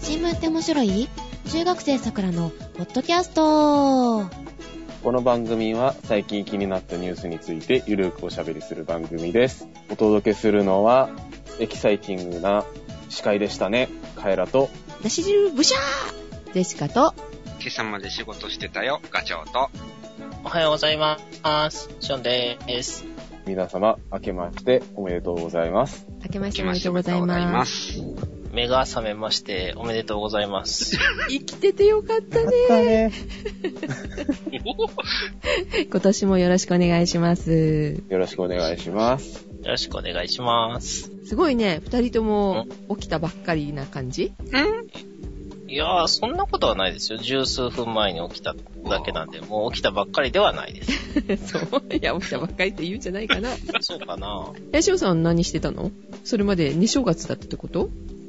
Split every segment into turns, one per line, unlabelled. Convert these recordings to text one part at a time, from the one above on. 新聞って面白い中学生さくらのポッドキャスト
この番組は最近気になったニュースについてゆるくおしゃべりする番組です。お届けするのは、エキサイティングな司会でしたね。カエラと、
だし汁ブシャージェシカと
今朝まで仕事してたよ、ガチョウと。
おはようございます。ションです。
皆様、明けましておめでとうございます。
明けましておめでとうご
ま
ざいます。
す。
目が覚めまして、おめでとうございます。
生きててよかったね。
ね。
今年もよろしくお願いします。
よろしくお願いします。
よろしくお願いします。
すごいね、二人とも起きたばっかりな感じ
いやー、そんなことはないですよ。十数分前に起きただけなんで、もう起きたばっかりではないです。
そう。いや、起きたばっかりって言うんじゃないかな。
そうかな
え、しおさん何してたのそれまで2正月だったってこと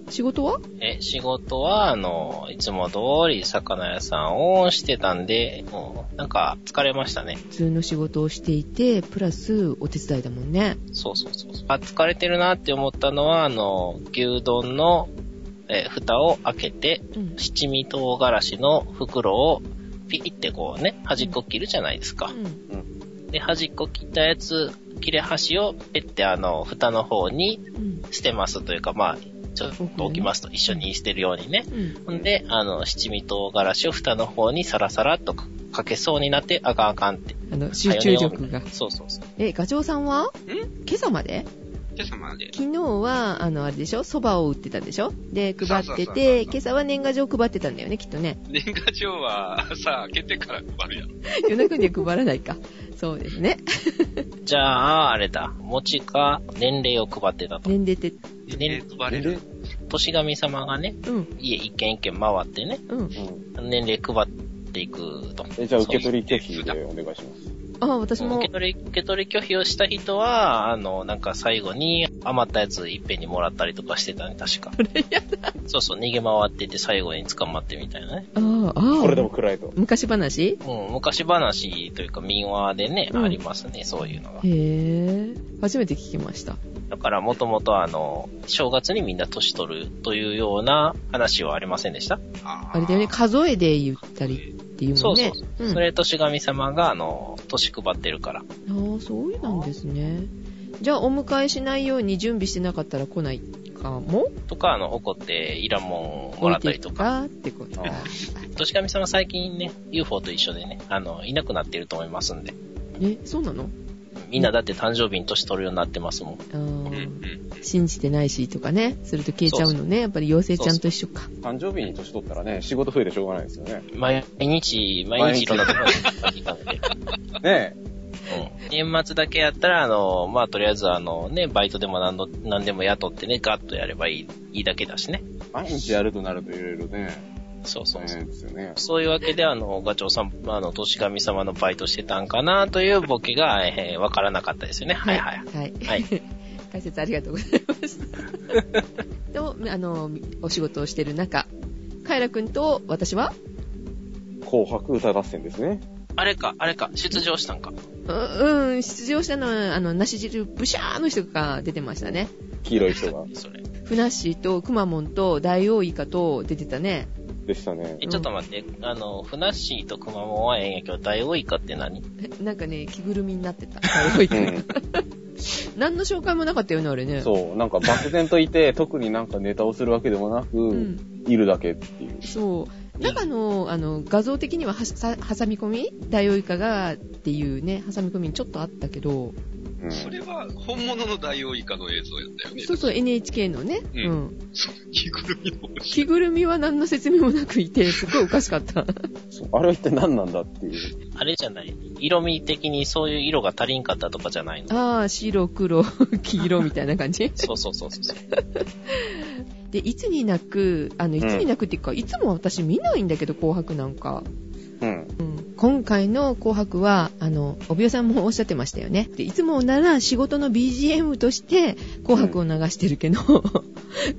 仕事は
え、仕事は、あの、いつも通り魚屋さんをしてたんで、もう、なんか疲れましたね。
普通の仕事をしていて、プラスお手伝いだもんね。
そうそうそうそう。あ、疲れてるなって思ったのは、あの、牛丼の、えー蓋を開けて、
うん。
七味唐辛子の袋をピッてこうね、端っこ切るじゃないですか。
うん
で、端っこ切ったやつ、切れ端をペッてあの、蓋の方に
うん。
捨てますというか、まあ、ちょっと置きますと一緒に捨てるようにね。
うん。
ほんで、あの、七味唐辛子を蓋の方にサラサラっとかかけそうになって、あかんあかんって。
あの、集中力が。
そうそうそう。
え、ガチョウさんは今朝まで
今朝まで。
昨日は、あの、あれでしょ蕎麦を売ってたでしょで、配って
そうそうそうそう
て、今朝は年賀状配ってたんだよね、きっとね。
年賀状は、さあ、開けてから配るやん。
夜中には配らない か。そうですね。
じゃあ、あれだ。餅か、年齢を配ってたと。
年齢って、
ね
配れる
年神様がね、
うん、
家一軒一軒回ってね、
うん。
うん
年齢配っていくと。
えじゃあ、受け取り拒否でお願いします。
あ、私も
受け、取り、受け取り拒否をした人は、あの、なんか最後に余ったやついっぺんにもらったりとかしてたね、 確か。そうそう、逃げ回ってて最後に捕まってみたいなね。
あーあー、
これでも暗いと。
昔話
うん、昔話というか民話でね、
うん
ありますね、そういうのが
へ。え、初めて聞きました。
だからもともとあの、正月にみんな年取るというような話はありませんでした、
あ
あれだよね、数えで言ったり
り。
っていう
そ
もん
うそ
ね
う。そう。
ん
それ、年神様が、あの、年配ってるから。
ああ、そういうなんですね。じゃあ、お迎えしないように準備してなかったら来ないかも
とか、あの、怒っていらんもんもらったりとか。
置いていくかってこと
あ
年神様最近ね、UFO と一緒でね、あの、いなくなってると思いますんで。
え、そうなの
みんなだって誕生日に年取るようになってますもん。
う
あ
んう
ー
ん。
信じてないしとかね、すると消えちゃうのね。やっぱり妖精ちゃんと一緒か。
誕生日に年取ったらね、仕事増えてしょうがないですよね。
毎日、毎日いろんなところに行ったので。
ね
うん。年末だけやったら、あの、まあ、とりあえず、あのね、バイトでも何度、何でも雇ってね、ガッとやればいい、いいだけだしね。
え、毎日やるとなるといろいろね、
そうそ
大
うそう。
変ですよね。
そういうわけで、あの、ガチョウさん、あの、年神様のバイトしてたんかなというボケが、えーわからなかったですよね。はいはい。
はい。
はい。
解説ありがとうございま した。と、あの、お仕事をしてる中、カエラくんと私は、
紅白歌合戦ですね。
あれか、あれか、出場したんか。
ううん、出場したのは、あの、なし汁ブシャーの人が出てましたね。
黄色い人が。
それ。
ふなっしーとくまモンと大王イカと出てたね。
でした ね。
え、ちょっと待って、あの、ふなっしーとくまモンは演劇を大王イカって何
えなんかね、着ぐるみになってた。大王イ
う
カ。
ん。
何の紹介もなかったよね、あれね。
そう、なんか漠然といて、特になんかネタをするわけでもなく、
うん。
いるだけっていう。
そう。中の、あの、画像的にははさ、挟み込み大王イカが、っていうね、挟み込みにちょっとあったけど、
うん、
それは、本物のダイオウイカの映像やったよね。
そうそう、NHK のね、
うん
うん。
着ぐるみの星。
着ぐるみは何の説明もなくいて、すごいおかしかった。
そうあれは一体何なんだっていう。
あれじゃない色味的にそういう色が足りんかったとかじゃないの
ああ、白、黒、黄色みたいな感じ。
そうそうそうそう。
で、いつになく、あの、いつになくっていうか、いつも私見ないんだけど、紅白なんか。
うん。
うん今回の紅白は、あの、おびよさんもおっしゃってましたよね。でいつもなら仕事の BGM として紅白を流してるけど、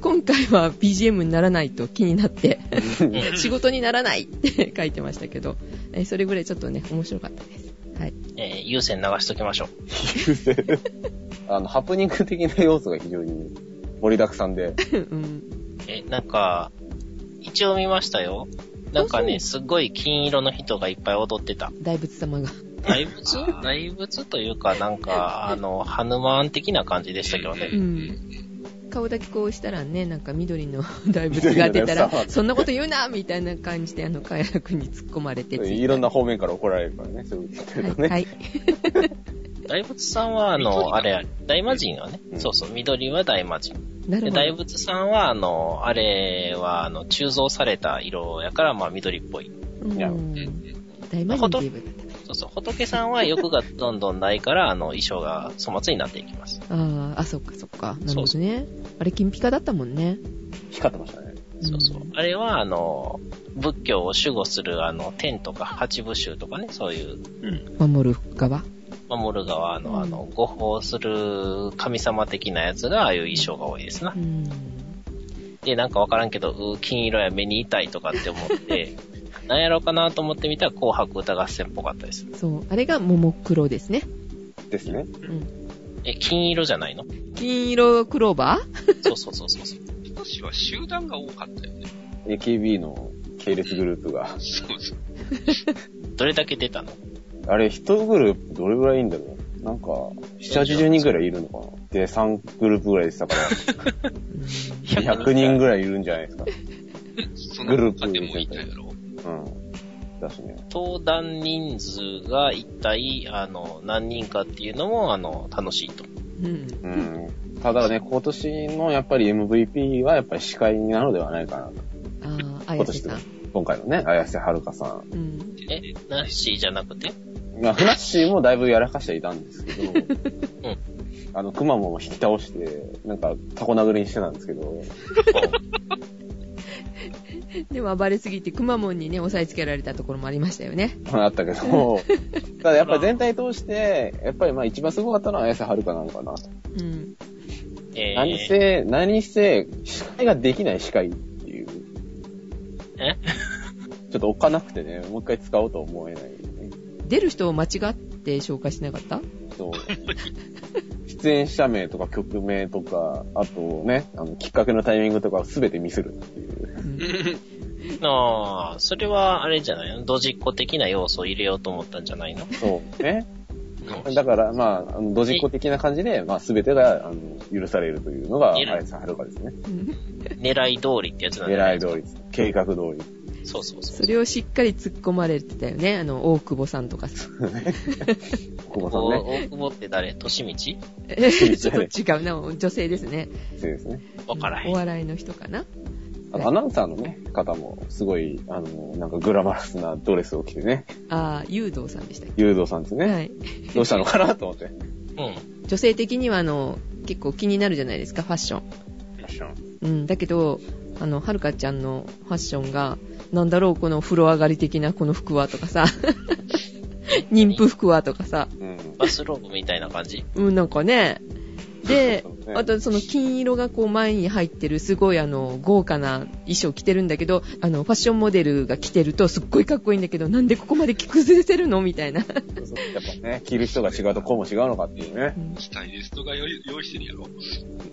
今回は BGM にならないと気になって、 仕事にならないって書いてましたけど、えそれぐらいちょっとね、面白かったです。はい。
えー、優先流しときましょう。
あの、ハプニング的な要素が非常に盛りだくさんで。
うん。
え、なんか、一応見ましたよ。なんか
あ
ね、すっごい金色の人がいっぱい踊ってた。
大仏様が。
大仏 大仏というか、なん か、あの、ハヌマーン的な感じでしたけど
う
ね。
ん。顔だけこうしたらね、なんか 緑の大仏が出た
緑
ら
の大仏様、
そんなこと言うなみたいな感じで、あの、カヤラ君に突っ込まれて。
いろんな方面から怒られるからね、そういうこと言ってるとね。
はい。はい。
大仏さんは、あ
緑
の、
か
あれ、大魔神はね、
うん
そうそう、緑は大魔神。
なる
で、
ほど。
大仏さんは、あの、あれは、あの、鋳造された色やから、まあ、緑っぽい。
うん
いや
大魔神って言えばよかっ
そうそう、仏さんは欲がどんどんないから、あの、衣装が粗末になっていきます。
たあーあ、そっかそっか。なる
そ
ほ
う
ど
そ
ね。あれ、金ピカだったもんね。
光ってましたね。
そうそう。あれは、あの、仏教を守護する、あの、天とか八部衆とかね、そういう、
守る側。
守る側の、あの、護法する神様的なやつが、ああいう衣装が多いですな
う。ん。
で、なんかわからんけど、うー金色や目に痛いとかって思って、 なんやろうかなと思ってみたら、紅白歌合戦っぽかったです。
そう。あれが桃黒ですね。
ですね。
うん。
え、金色じゃないの
金色クローバ
そうそうそうそうそう。
今年は集団が多かったよね。
AKB の系列グループが。
そうそう。
どれだけ出たの
あれ、一グループどれぐらいいんだろうなんか、7、80人ぐらいいるのかなで、3グループぐらいでしたから、
ー
100人ぐらいいるんじゃないですか。
そ
グルー
の
プ
中でもいたやろ。
うん。だしね。
登壇人数が一体、あの、何人かっていうのも、あの、楽しいと。
うん。
うん。ただね、今年のやっぱり MVP はやっぱり司会なのではないかなと。
ああ、綾瀬さん。
今回のね、綾瀬はるかさん。
うん。
え、ナッシーじゃなくて
まあ、ふなっしーもだいぶやらかしていたんですけど、 あの、くまモンを引き倒して、なんか、タコ殴りにしてたんですけど、
でも暴れすぎて、くまモンにね、押さえつけられたところもありましたよね。
まああったけ ど、ただやっぱり全体通して、やっぱりまあ一番すごかったのは綾瀬はるかなのかなと。
うん。
えー
何せ、何せ、司会ができない司会っていう。
え
ちょっとおっかなくてね、もう一回使おうとは思えない、ね。
出る人を間違って紹介しなかった
そう。出演者名とか曲名とか、あとね、あの、きっかけのタイミングとかすべてミスるっていう。
うん
ああ、それは、あれじゃないのドジっ子的な要素を入れようと思ったんじゃないの
そう。ね。だから、まあ、あのドジっ子的な感じで、まあ、すべてが、あの、許されるというのが、
いる
綾瀬はるかですね。
うん
狙い通りってやつなんだ
狙い通りです、計画通り。
り。そうそうそう。
それをしっかり突っ込まれてたよね。あの、大久保さんとかさ。
久保さ
お
んね。
大久保って誰としみち
えー ちょっと違うな。女性ですね。
そうですね。
わからへん。
お笑いの人かな。
あと、アナウンサーのね、方も、すごい、あの、なんかグラマラスなドレスを着てね、
ああ、誘導さんでしたっ
誘導さんです
け。
ね。
はい。
どうしたのかなと思って。
うん。
女性的には、あの、結構気になるじゃないですか、ファッション。うん。だけど、あの、はるかちゃんのファッションが、なんだろう、この風呂上がり的なこの服はと かさ。妊婦服はとかさ。
うん。
バスローブみたいな感じ。
うん、なんかね。 で
そうそう、ね
あとその金色がこう前に入ってるすごいあの豪華な衣装着てるんだけど、あのファッションモデルが着てるとすっごいかっこいいんだけど、なんでここまで着崩せるのみたいな。
そうそうやっぱね、着る人が違うとこうも違うのかっていうね。
スタイリストが用意用意してるやろ。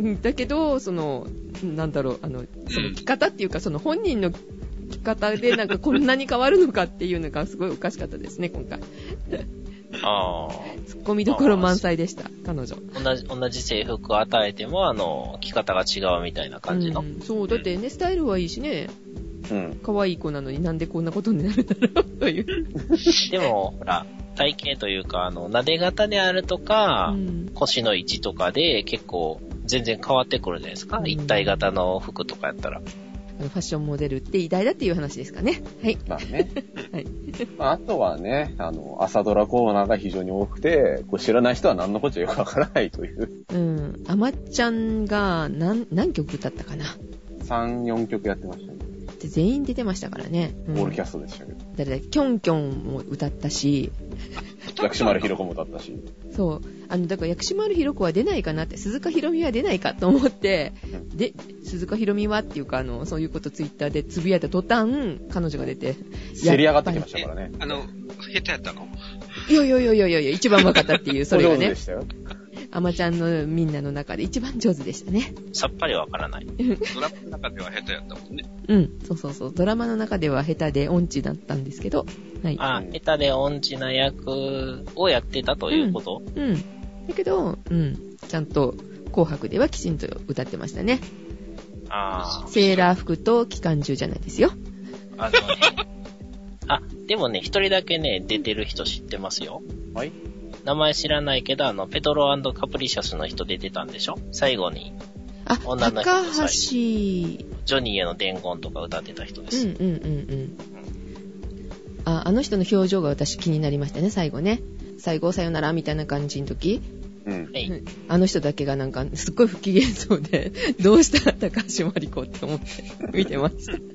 うんだけど、その、なんだろう、あの、その着方っていうかその本人の着方でなんかこんなに変わるのかっていうのがすごいおかしかったですね、今回。
ああ。
ツッコミどころ満載でした、彼女。
同じ、同じ制服を与えても、あの、着方が違うみたいな感じの。
うんそう、だってね、スタイルはいいしね、
うん。
可愛い子なのになんでこんなことになるんだろうという。
でも、ほら、体型というか、あの、撫で型であるとか、
うん
腰の位置とかで結構全然変わってくるじゃないですか。
うん
一体型の服とかやったら。
あのファッションモデルって偉大だっていう話ですかね。はい。
まあね。
はい
まあ、あとはね、あの、朝ドラコーナーが非常に多くて、こう知らない人は何のこっちゃよくわからないという。
うん。あまっちゃんが何、何曲歌ったかな
3、4曲やってましたね。
で全員出てましたからね。
オ
うん
ールキャストでしたけど。
誰だっけキョンキョンも歌ったし、
薬師丸ひろ子もだったし。
そう。あの、だから薬師丸ひろ子は出ないかなって、鈴鹿ひろみは出ないかと思って、で、鈴鹿ひろみはっていうか、あの、そういうことツイッターでつぶやいた途端、彼女が出て、
競り上がってきましたからね。
あの、下手やったの
いやいやいやいやいや、一番分かったっていう、それが
お上手
ね
で。したよ。
アマちゃんのみんなの中で一番上手でしたね。
さっぱりわからない。
ドラマの中では下手やったもんね。
うん、そうそうそう。ドラマの中では下手で音痴だったんですけど、はい。
あ、下手で音痴な役をやってたということ、
うん。だけど、うん、ちゃんと紅白ではきちんと歌ってましたね。
あ
セーラー服と機関銃じゃないですよ。
ー あのね。あ、でもね、一人だけね、出てる人知ってますよ。
はい。
名前知らないけど、あの、ペトロカプリシャスの人出てたんでしょ最後に、
あ、高
女の人の最
橋。
ジョニーへの伝言とか歌ってた人で
うん
す。
うんうんうん。あ、あの人の表情が私気になりましたね、最後ね。最後、さよならみたいな感じの時、
うん。
はい。
あの人だけがなんかすっごい不機嫌そうで、 どうしたら高橋真理子って思って見てました。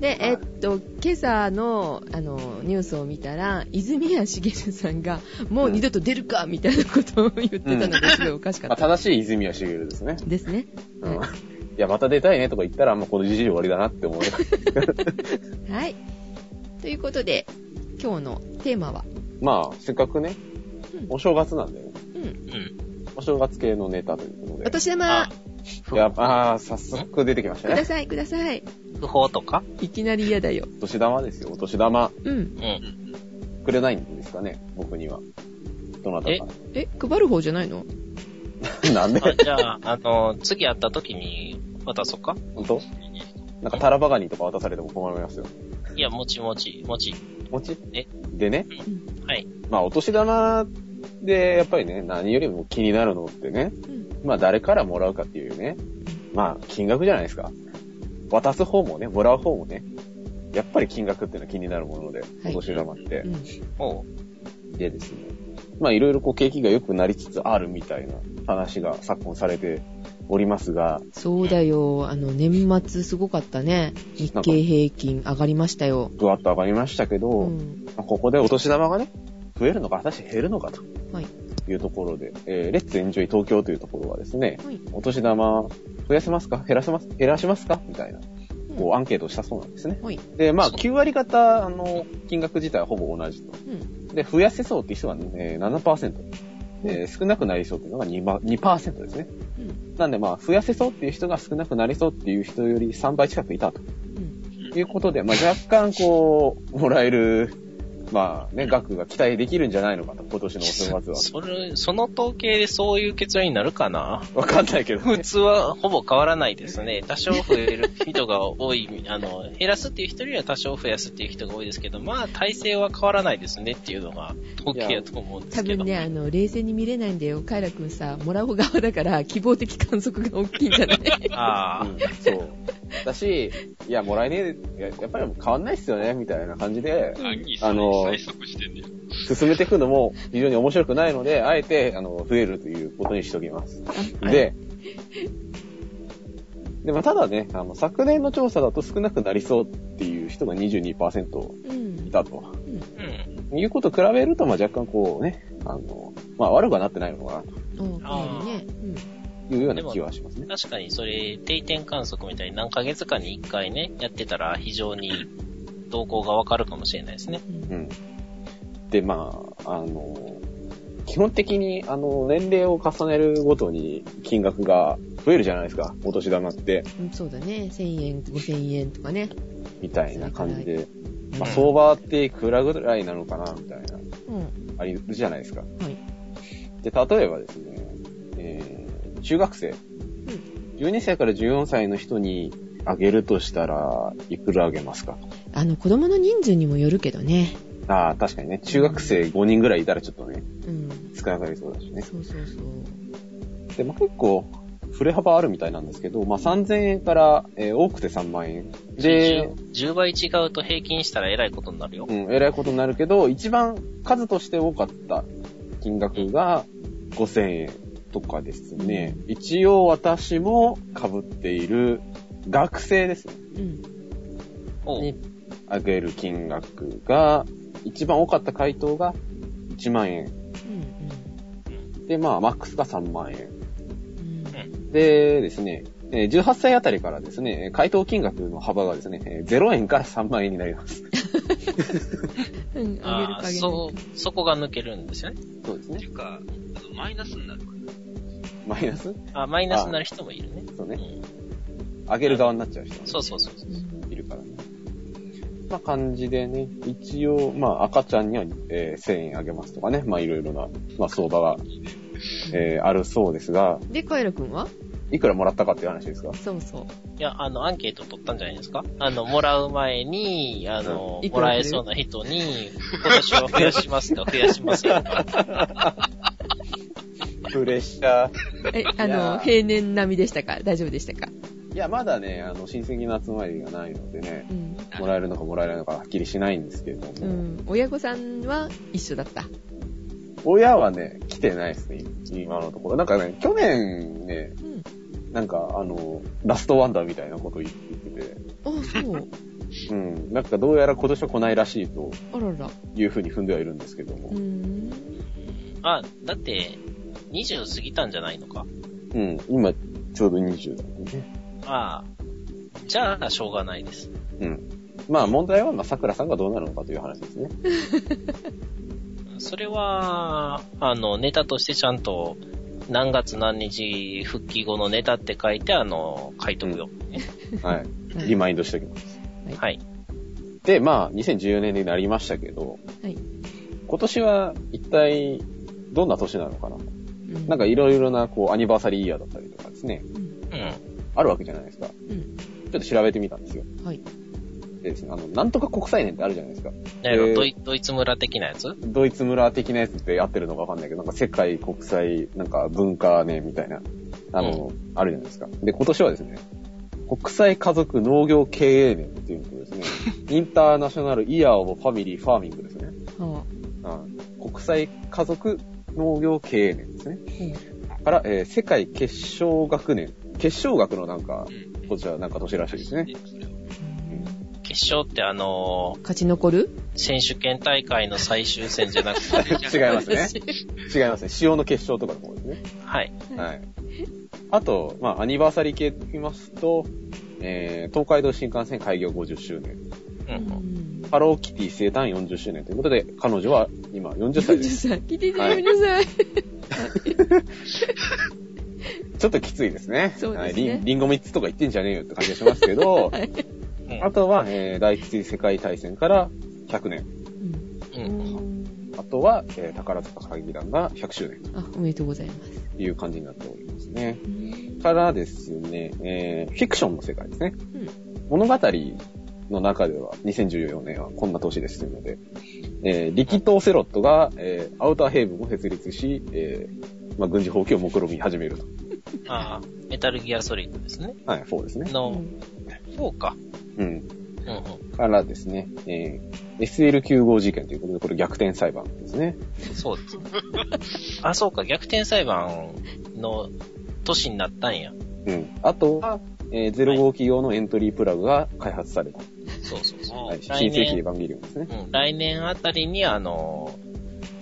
で、えっと、今朝の、あの、ニュースを見たら、泉谷しげるさんが、もう二度と出るかみたいなことを言ってたのですごいおかしか
まあ、
った
正しい泉谷しげるですね。
ですね。
うん。
はい
や、また出たいねとか言ったら、もうこのじじい終わりだなって思う。
はい。ということで、今日のテーマは、
まあ、せっかくね、
うん
お正月なんで、
うん、
うん。お
お正月系のネタということで。
お年玉、
いや、あー、早速出てきまし
く
た
だ
ね。
さい、ください。
不法とか
いきなり嫌だよ。
お年玉ですよ、お年玉。
うん。
うん。
くれないんですかね、僕には。どなたか。
え、配る方じゃないの
なんで
あじゃあ、あの、次会った時に渡そうか
本当なんかタラバガニとか渡されても困りますよ。
いや、もちもち、もち。
餅
え
でね、
はい。
まあお年玉でやっぱりね、何よりも気になるのってね、
うん
まあ誰からもらうかっていうね、まあ金額じゃないですか。渡す方もね、もらう方もね、やっぱり金額っていうのは気になるもので、お年玉って。
うん。
おう。
でですね、まあいろいろこう景気が良くなりつつあるみたいな話が昨今されておりますが、
そうだよ。あの、年末すごかったね。日経平均上がりましたよ。
ぐわっと上がりましたけど、
うん。
まあここでお年玉がね、増えるのか、果たして減るのかと
はい
いうところで、えーレッツエンジョイ東京というところはですね、
はい
お年玉増やせますか減らせます減らしますかみたいな、こうアンケートをしたそうなんですね。
はい
で、まあ
そう
9割方、あの、金額自体はほぼ同じと。
うん。
で、増やせそうって人は、ね、7%。えー少なくなりそうっていうのが 2%, ば2%ですね。
うん。
なんでまあ、増やせそうっていう人が少なくなりそうっていう人より3倍近くいたと。
うん。
ということで、まあ、若干こう、もらえる、まあね、額が期待できるんじゃないのかと、今年のお正月は。
それ、その統計でそういう結論になるかな
わかんないけど、
普通はほぼ変わらないですね。多少増える人が多い、 あの、減らすっていう人よりは多少増やすっていう人が多いですけど、まあ、体制は変わらないですねっていうのが統計やと思うんで
多
すけど。
分ね、あの、冷静に見れないんだよ。カイラくんさ、もらう側だから、希望的観測が大きいんじゃ ない
ああ、
うんそう。だし、いや、もらえねえ、いややっぱりもう変わんないっすよね、みたいな感じで、
あ、いい
あの
最速してんね
進めていくのも非常に面白くないので、あえて、あの、増えるということにしておきます。
はい
で、で、まあ、ただね、あの、昨年の調査だと少なくなりそうっていう人が22%
う
い
ん。
たと。
うん。
いうことと比べると、まあ、若干こうね、あの、まあ、悪くはなってないのかな、
おかなりね。
というような気はしますね。
確かにそれ、定点観測みたいに何ヶ月かに一回ね、やってたら非常に動向がわかるかもしれないですね。
うん。
うん。で、まあ、あの、基本的に、あの、年齢を重ねるごとに金額が増えるじゃないですか、お年玉って、
うんそうだね。1000円、5000円とかね。
みたいな感じで。まあ、
うん
相場っていくらぐらいなのかな、みたいな、
うん。
ありるじゃないですか。
はい。
で、例えばですね、えー中学生、12歳から14歳の人にあげるとしたら、いくらあげますか
あの、子供の人数にもよるけどね。
ああ、確かにね。中学生5人ぐらいいたらちょっとね、
うん。
少なくなりそうだしね。
そうそうそう。
で、まあ、結構、振れ幅あるみたいなんですけど、まあ、3000円から、えー多くて3万円。で、
10倍違うと平均したらえらいことになるよ
う。ん、えらいことになるけど、一番数として多かった金額が5000円とかですね。一応私も被っている学生ですね。
うん。
おう
にあげる金額が、一番多かった回答が1万円。
うん。
で、まあ、マックスが3万円。
うん。うん。
でですね、えー18歳あたりからですね、回答金額の幅がですね、えー0円から3万円になります。
うん、あげる
あ
か
あ、
あげるか。
そう、そこが抜けるんですよね。
そうです
っ
ね
てい。うか、あのマイナスになるから。
マイナス
あ、マイナスになる人もいるね。
そう
う
ね。
ん。
上げる側になっちゃう人もね
そうそうそうそう。
いるからね。まあ感じでね、一応、まあ赤ちゃんには、えー1000円あげますとかね、まあいろいろな、まあ相場が、えーあるそうですが、
で、カエラくんはい
くらもらったかっていう話ですか
そうそう。
いや、あの、アンケート取ったんじゃないですかあの、もらう前に、あの
うん、いく
も
ら
らえそうな人に、今年は増やしますか、増やしません か。
プレッシャー。
え、あ
いやー
の、平年並みでしたか大丈夫でしたか
いや、まだね、あの、親戚の集まりがないのでね、
うん。
もらえるのかもらえないのかはっきりしないんですけれども、
うん。親御さんは一緒だった。
親はね、来てないですね、今のところ。なんかね、去年ね、
うん。
なんかあの、ラストワンダーみたいなこと言って
あ、 そう。
て、うん、なんかどうやら今年は来ないらしいと
あらら。
いうふうに踏んではいるんですけども
う、ん。
あ、だって、20過ぎたんじゃないのか。
うん、今ちょうど20だもんね。
ああ。じゃあ、しょうがないです。
うん。まあ問題は、まあ、桜さんがどうなるのかという話です ね。
それは、あの、ネタとしてちゃんと、何月何日復帰後のネタって書いて、あの、書いとくよ。
はい。
はい
リマインドしておきます。
はい。
で、まあ、2014年になりましたけど、
はい
今年は一体どんな年なのかな
うん
なんかいろいろな、こう、アニバーサリーイヤーだったりとかですね、
う
う
ん
ん。
あるわけじゃないですか。ち
うん。
ょっと調べてみたんですよ。
はい。
でですね、あの、なんとか国際年ってあるじゃないですか。
なるほ
えー
どドイドイツ村的なやつ
ドイツ村的なやつって合ってるのかわかんないけど、なんか世界国際、なんか文化年みたいな、あの、あるじゃないですか。で、今年はですね、国際家族農業経営年っていうのと ですね、インターナショナルイヤーオブファミリーファーミングですね。
はあ。
うん国際家族農業経営年ですね。
うん
から、えー世界結晶学年。結晶学のなんか
う、ん
こちらなんか年らしいですね。
決勝ってあの、
勝ち残る
選手権大会の最終戦じゃなくて、
違いますね。違いますね。塩の結晶とかの方ですね。
はい。
はい。あと、まあ、アニバーサリー系ときますと、えー、東海道新幹線開業50周年、
う。
うんん。
ハローキティ生誕40周年ということで、彼女は今40歳で
40
す。
歳。聞いてて
はい
40歳。
ちょっときついですね。
そうですね
はいリンリンゴ3つとか言ってんじゃねえよって感じがしますけど、
うん
あとは、えー、第一次世界大戦から100年。
うん
うん。
あとは、えー、宝塚歌劇団が100周年
あ、おめでとうございます。
という感じになっておりますね。
うん
からですね、えー、フィクションの世界ですね。
う
物語の中では、2014年はこんな年ですというので、えー、力投セロットが、えー、アウターヘイブンを設立し、えー、まあ、軍事放棄を目論み始めると。
ああ、メタルギアソリッドですね。
はい、そうですね。
の、4か。
うん。
うんう
からですね、えー、SL95 事件ということで、これ逆転裁判ですね。
ん。そうです。あ、そうか、逆転裁判の年になったんや。
うん。あとは、えー、05企業のエントリープラグが開発された。
そうそうそう。
はい、新
来
世紀エ
年、
ヴァンゲリオンですね。
うん、来年あたりに、あの、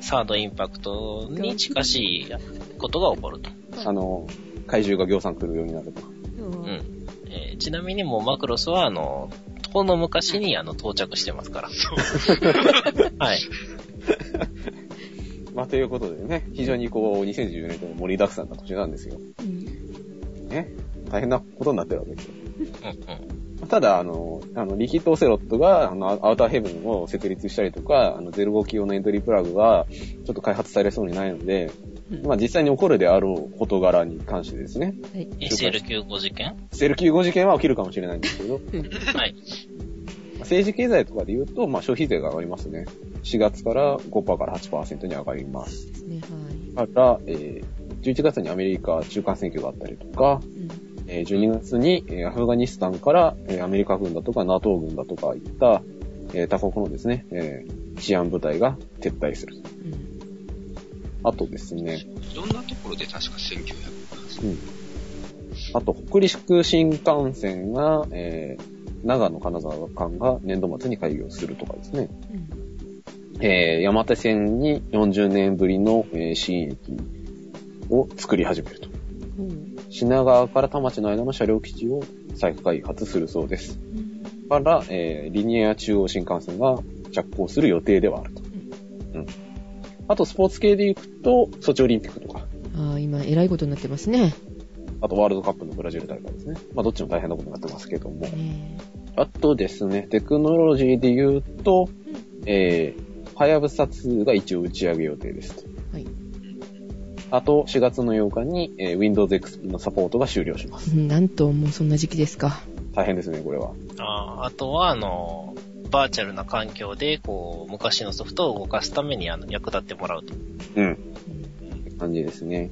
サードインパクトに近しいことが起こると。
あの、怪獣が行産来るようになると。
うん
うんえーちなみにもうマクロスは、あの、この昔にあの到着してますから。 はい。
まあ、ということでね、非常にこう、2014年と盛りだくさんな年なんですよ。
うん
ね。大変なことになってるわけですよ。
うんうん。
まあただ、あの、あの、リキッドオセロットが、あの、アウターヘブンを設立したりとか、あの、05機用のエントリープラグが、ちょっと開発されそうにないので、まあ、実際に起こるであろう事柄に関してですね、
はい。
SL95 事件
セル95事件は起きるかもしれないんですけど、
はい。
政治経済とかで言うと、まあ、消費税が上がりますね。4月から5%から8%に上がります。
ですね、は
ま
い。
た、えー11月にアメリカ中間選挙があったりとか、
うん
えー12月にえーアフガニスタンからえーアメリカ軍だとか NATO 軍だとかいった、えー他国のですね、えー治安部隊が撤退する。
うん
あとですね、
いろんなところで確か1900
あと北陸新幹線が、えー長野金沢間が年度末に開業するとかですね、
うん
えー山手線に40年ぶりの、えー新駅を作り始めると。
ほう
品川から田町の間の車両基地を再開発するそうです。
うん
から、えーリニア中央新幹線が着工する予定ではあると。うん。あと、スポーツ系で行くと、ソチオリンピックとか、
ああー今、えらいことになってますね。
あとワールドカップのブラジル大会ですね。まあどっちも大変なことになってますけども。
ね
あとですね、テクノロジーで言うと、えー、はやぶさ2が一応打ち上げ予定ですと。
はい
あと、4月の8日に、えー Windows XP のサポートが終了します。
うんなんと、もうそんな時期ですか。
大変ですね、これは。
あーあとは、あの、バーチャルな環境で、こう、昔のソフトを動かすために、あの、役立ってもらうと。
うん。感じですね。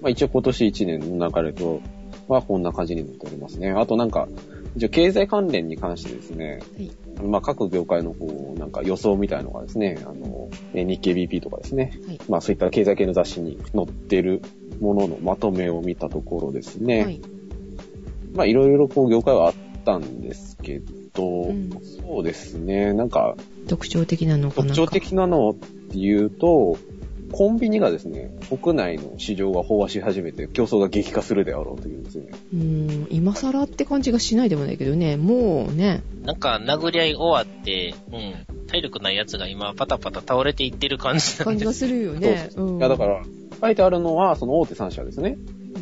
まあ一応今年1年の流れとはこんな感じになっておりますね。あとなんか、一応経済関連に関してですね、
はい
まあ各業界のこう、なんか予想みたいのがですね、あの、えー日経 BP とかですね、
はい。
まあそういった経済系の雑誌に載ってるもののまとめを見たところですね。
はい。
まあいろいろこう業界はあったんですけど、
うん
そうですね。なんか
特徴的なのか
特
な。
徴的なのっていうと、コンビニがですね、国内の市場が飽和し始めて競争が激化するであろうというですね。
うん、今更って感じがしないでもないけどね、もうね、
なんか、殴り合い終わって、うん、体力ないやつが今、パタパタ倒れていってる感じなん
感じ
で
が
す。
するよね。
そうそう
うん
いやだから、書いてあるのはその大手3社ですね。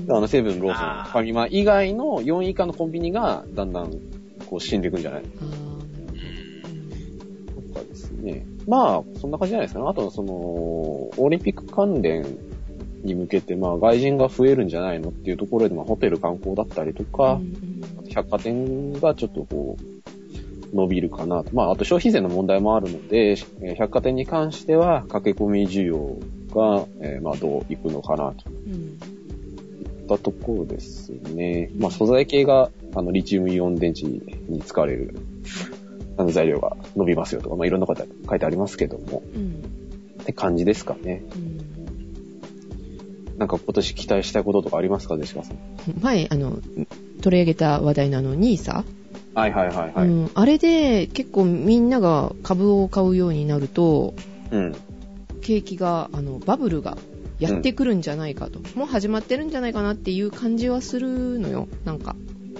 うん
あの、セブン、ローソン
あ、ー
ファミマ以外の4位以下のコンビニがだんだんこう死んでいくんじゃない
あーなる
うん
とかですね。まあ、そんな感じじゃないですかね。あとはその、オリンピック関連に向けて、まあ、外人が増えるんじゃないのっていうところで、まあ、ホテル観光だったりと
ほど
か、
うんうん
百貨店がちょっとこう、伸びるかなと。まあ、あと消費税の問題もあるので、えー百貨店に関しては、駆け込み需要が、えーまあ、どういくのかなとい
うん
ったところですね。まあ、素材系が、あの、リチウムイオン電池に使われる、あの、材料が伸びますよとか、まあ、いろんなこと書いてありますけども、
うん
って感じですかね。
うん
なんか今年期待したいこととかありますか、ジェシカさん。
前、あの、取り上げた話題のあの、ニーサ、
はいはいはいはい。
うん、あれで結構みんなが株を買うようになると、
うん。
景気が、あの、バブルがやってくるんじゃないかと、もう始まってるんじゃないかなっていう感じはするのよ、なんか。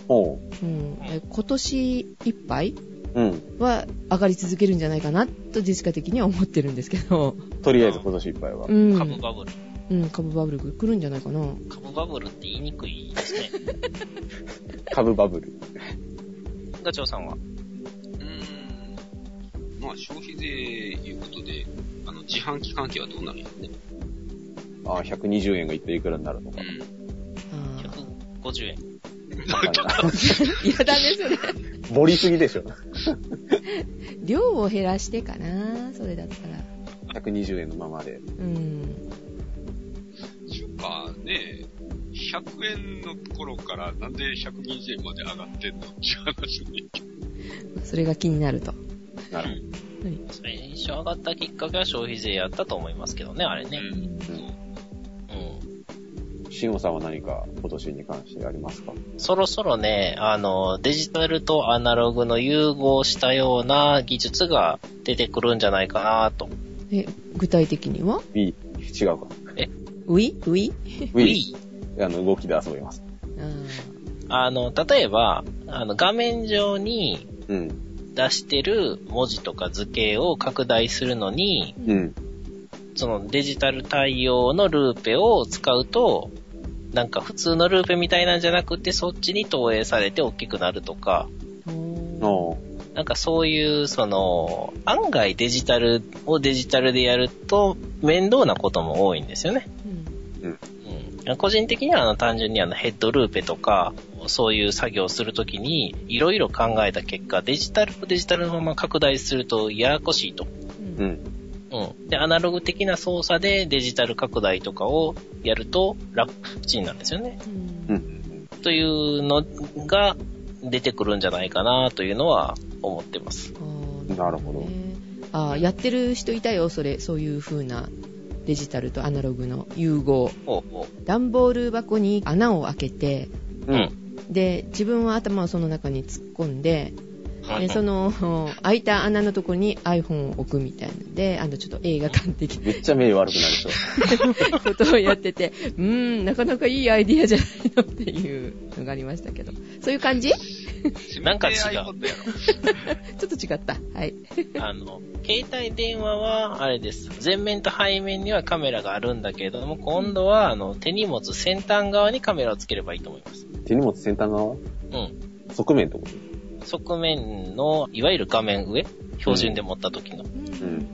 ほ。
うん、え今年いっぱいう
うん。
は上がり続けるんじゃないかなとジェシカ的には思ってるんですけど、
とりあえず今年いっぱいは
う。ん、
株バブル。
うん、株バブル来るんじゃないかな。
株バブルって言いにくいですね。
株バブル。
ガチョウさんは。
うーん。まあ、消費税いうことで、あの、自販機関係はどうなるんやろね。
あ、120円がいっていくらになるのか。
あ
150円。
ーやだね、それ。
盛りすぎでしょ。
量を減らしてかな、それだったら。
120円のままで。
うん。
うん。しょっか、ね100円のところからなんで120円まで上がってんのっていう話に。
それが気になると。
なる
それに一緒上がったきっかけは消費税やったと思いますけどね、あれね。
うん。
うん。
ほど。シオンさんは何か今年に関してありますか
そろそろね、あの、デジタルとアナログの融合したような技術が出てくるんじゃないかなと。
え、具体的には
?B、違うか。
ウィウィ
Wii。あの、動きで遊べます。
あ
あの、例えば、あの、画面上に
うん。
出してる文字とか図形を拡大するのに、
うん。
そのデジタル対応のルーペを使うと、なんか普通のルーペみたいなんじゃなくて、そっちに投影されて大きくなるとか、
ーおー
おー
なんかそういう、その、案外デジタルをデジタルでやると面倒なことも多いんですよね。
うん
うん。個人的にはあの単純にあのヘッドルーペとか、そういう作業をするときに、いろいろ考えた結果、デジタルをデジタルのまま拡大するとややこしいと。
う
うんん。
うん。で、アナログ的な操作でデジタル拡大とかをやると楽ちんなんですよね。
うん
うん。
というのが出てくるんじゃないかなというのは思ってます。
あー
なるほど
ねあーやってる人いたよ、それ。そういう風なデジタルとアナログの融合。
おうおう
段ボール箱に穴を開けて、
うん。
で、自分は頭をその中に突っ込んで、でその開いた穴のところに iPhone を置くみたいなのであのちょっと映画館的
めっちゃ目悪くなるでしょ。
なことをやって てうーんなかなかいいアイディアじゃないのっていうのがありましたけどそういう感じ
せ
な
め
んか
て
違う
iPod やろ。
ちょっと違った。はい。
あの、携帯電話は、あれです。前面と背面にはカメラがあるんだけれども、今度は、あの、手荷物先端側にカメラをつければいいと思います。
手荷物先端側
うん。
側面ってこと
側面の、いわゆる画面上標準で持った時の。
うん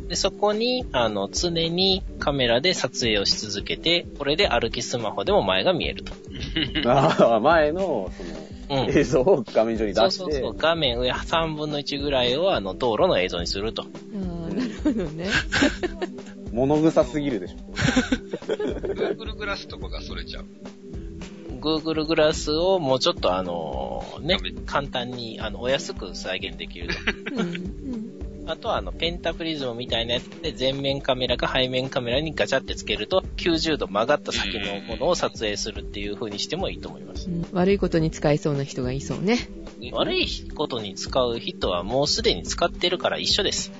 うん。で、そこに、あの、常にカメラで撮影をし続けて、これで歩きスマホでも前が見えると。
ああ、前の、その、
うん。
映像を画面上に出して。
そうそうそう。画面上3分の1ぐらいを、あの、道路の映像にすると。
ああ、なるほどね。
物臭すぎるでしょ。
Google グラスとかがそれちゃう。
Google グラスをもうちょっとあの、ね
画面、
簡単に、あの、お安く再現できると。
うんうん
あとはあの、ペンタプリズムみたいなやつで前面カメラか背面カメラにガチャってつけると、90度曲がった先のものを撮影するっていう風にしてもいいと思います
う。ん悪いことに使えそうな人がいそうね。
悪いことに使う人はもうすでに使ってるから一緒です。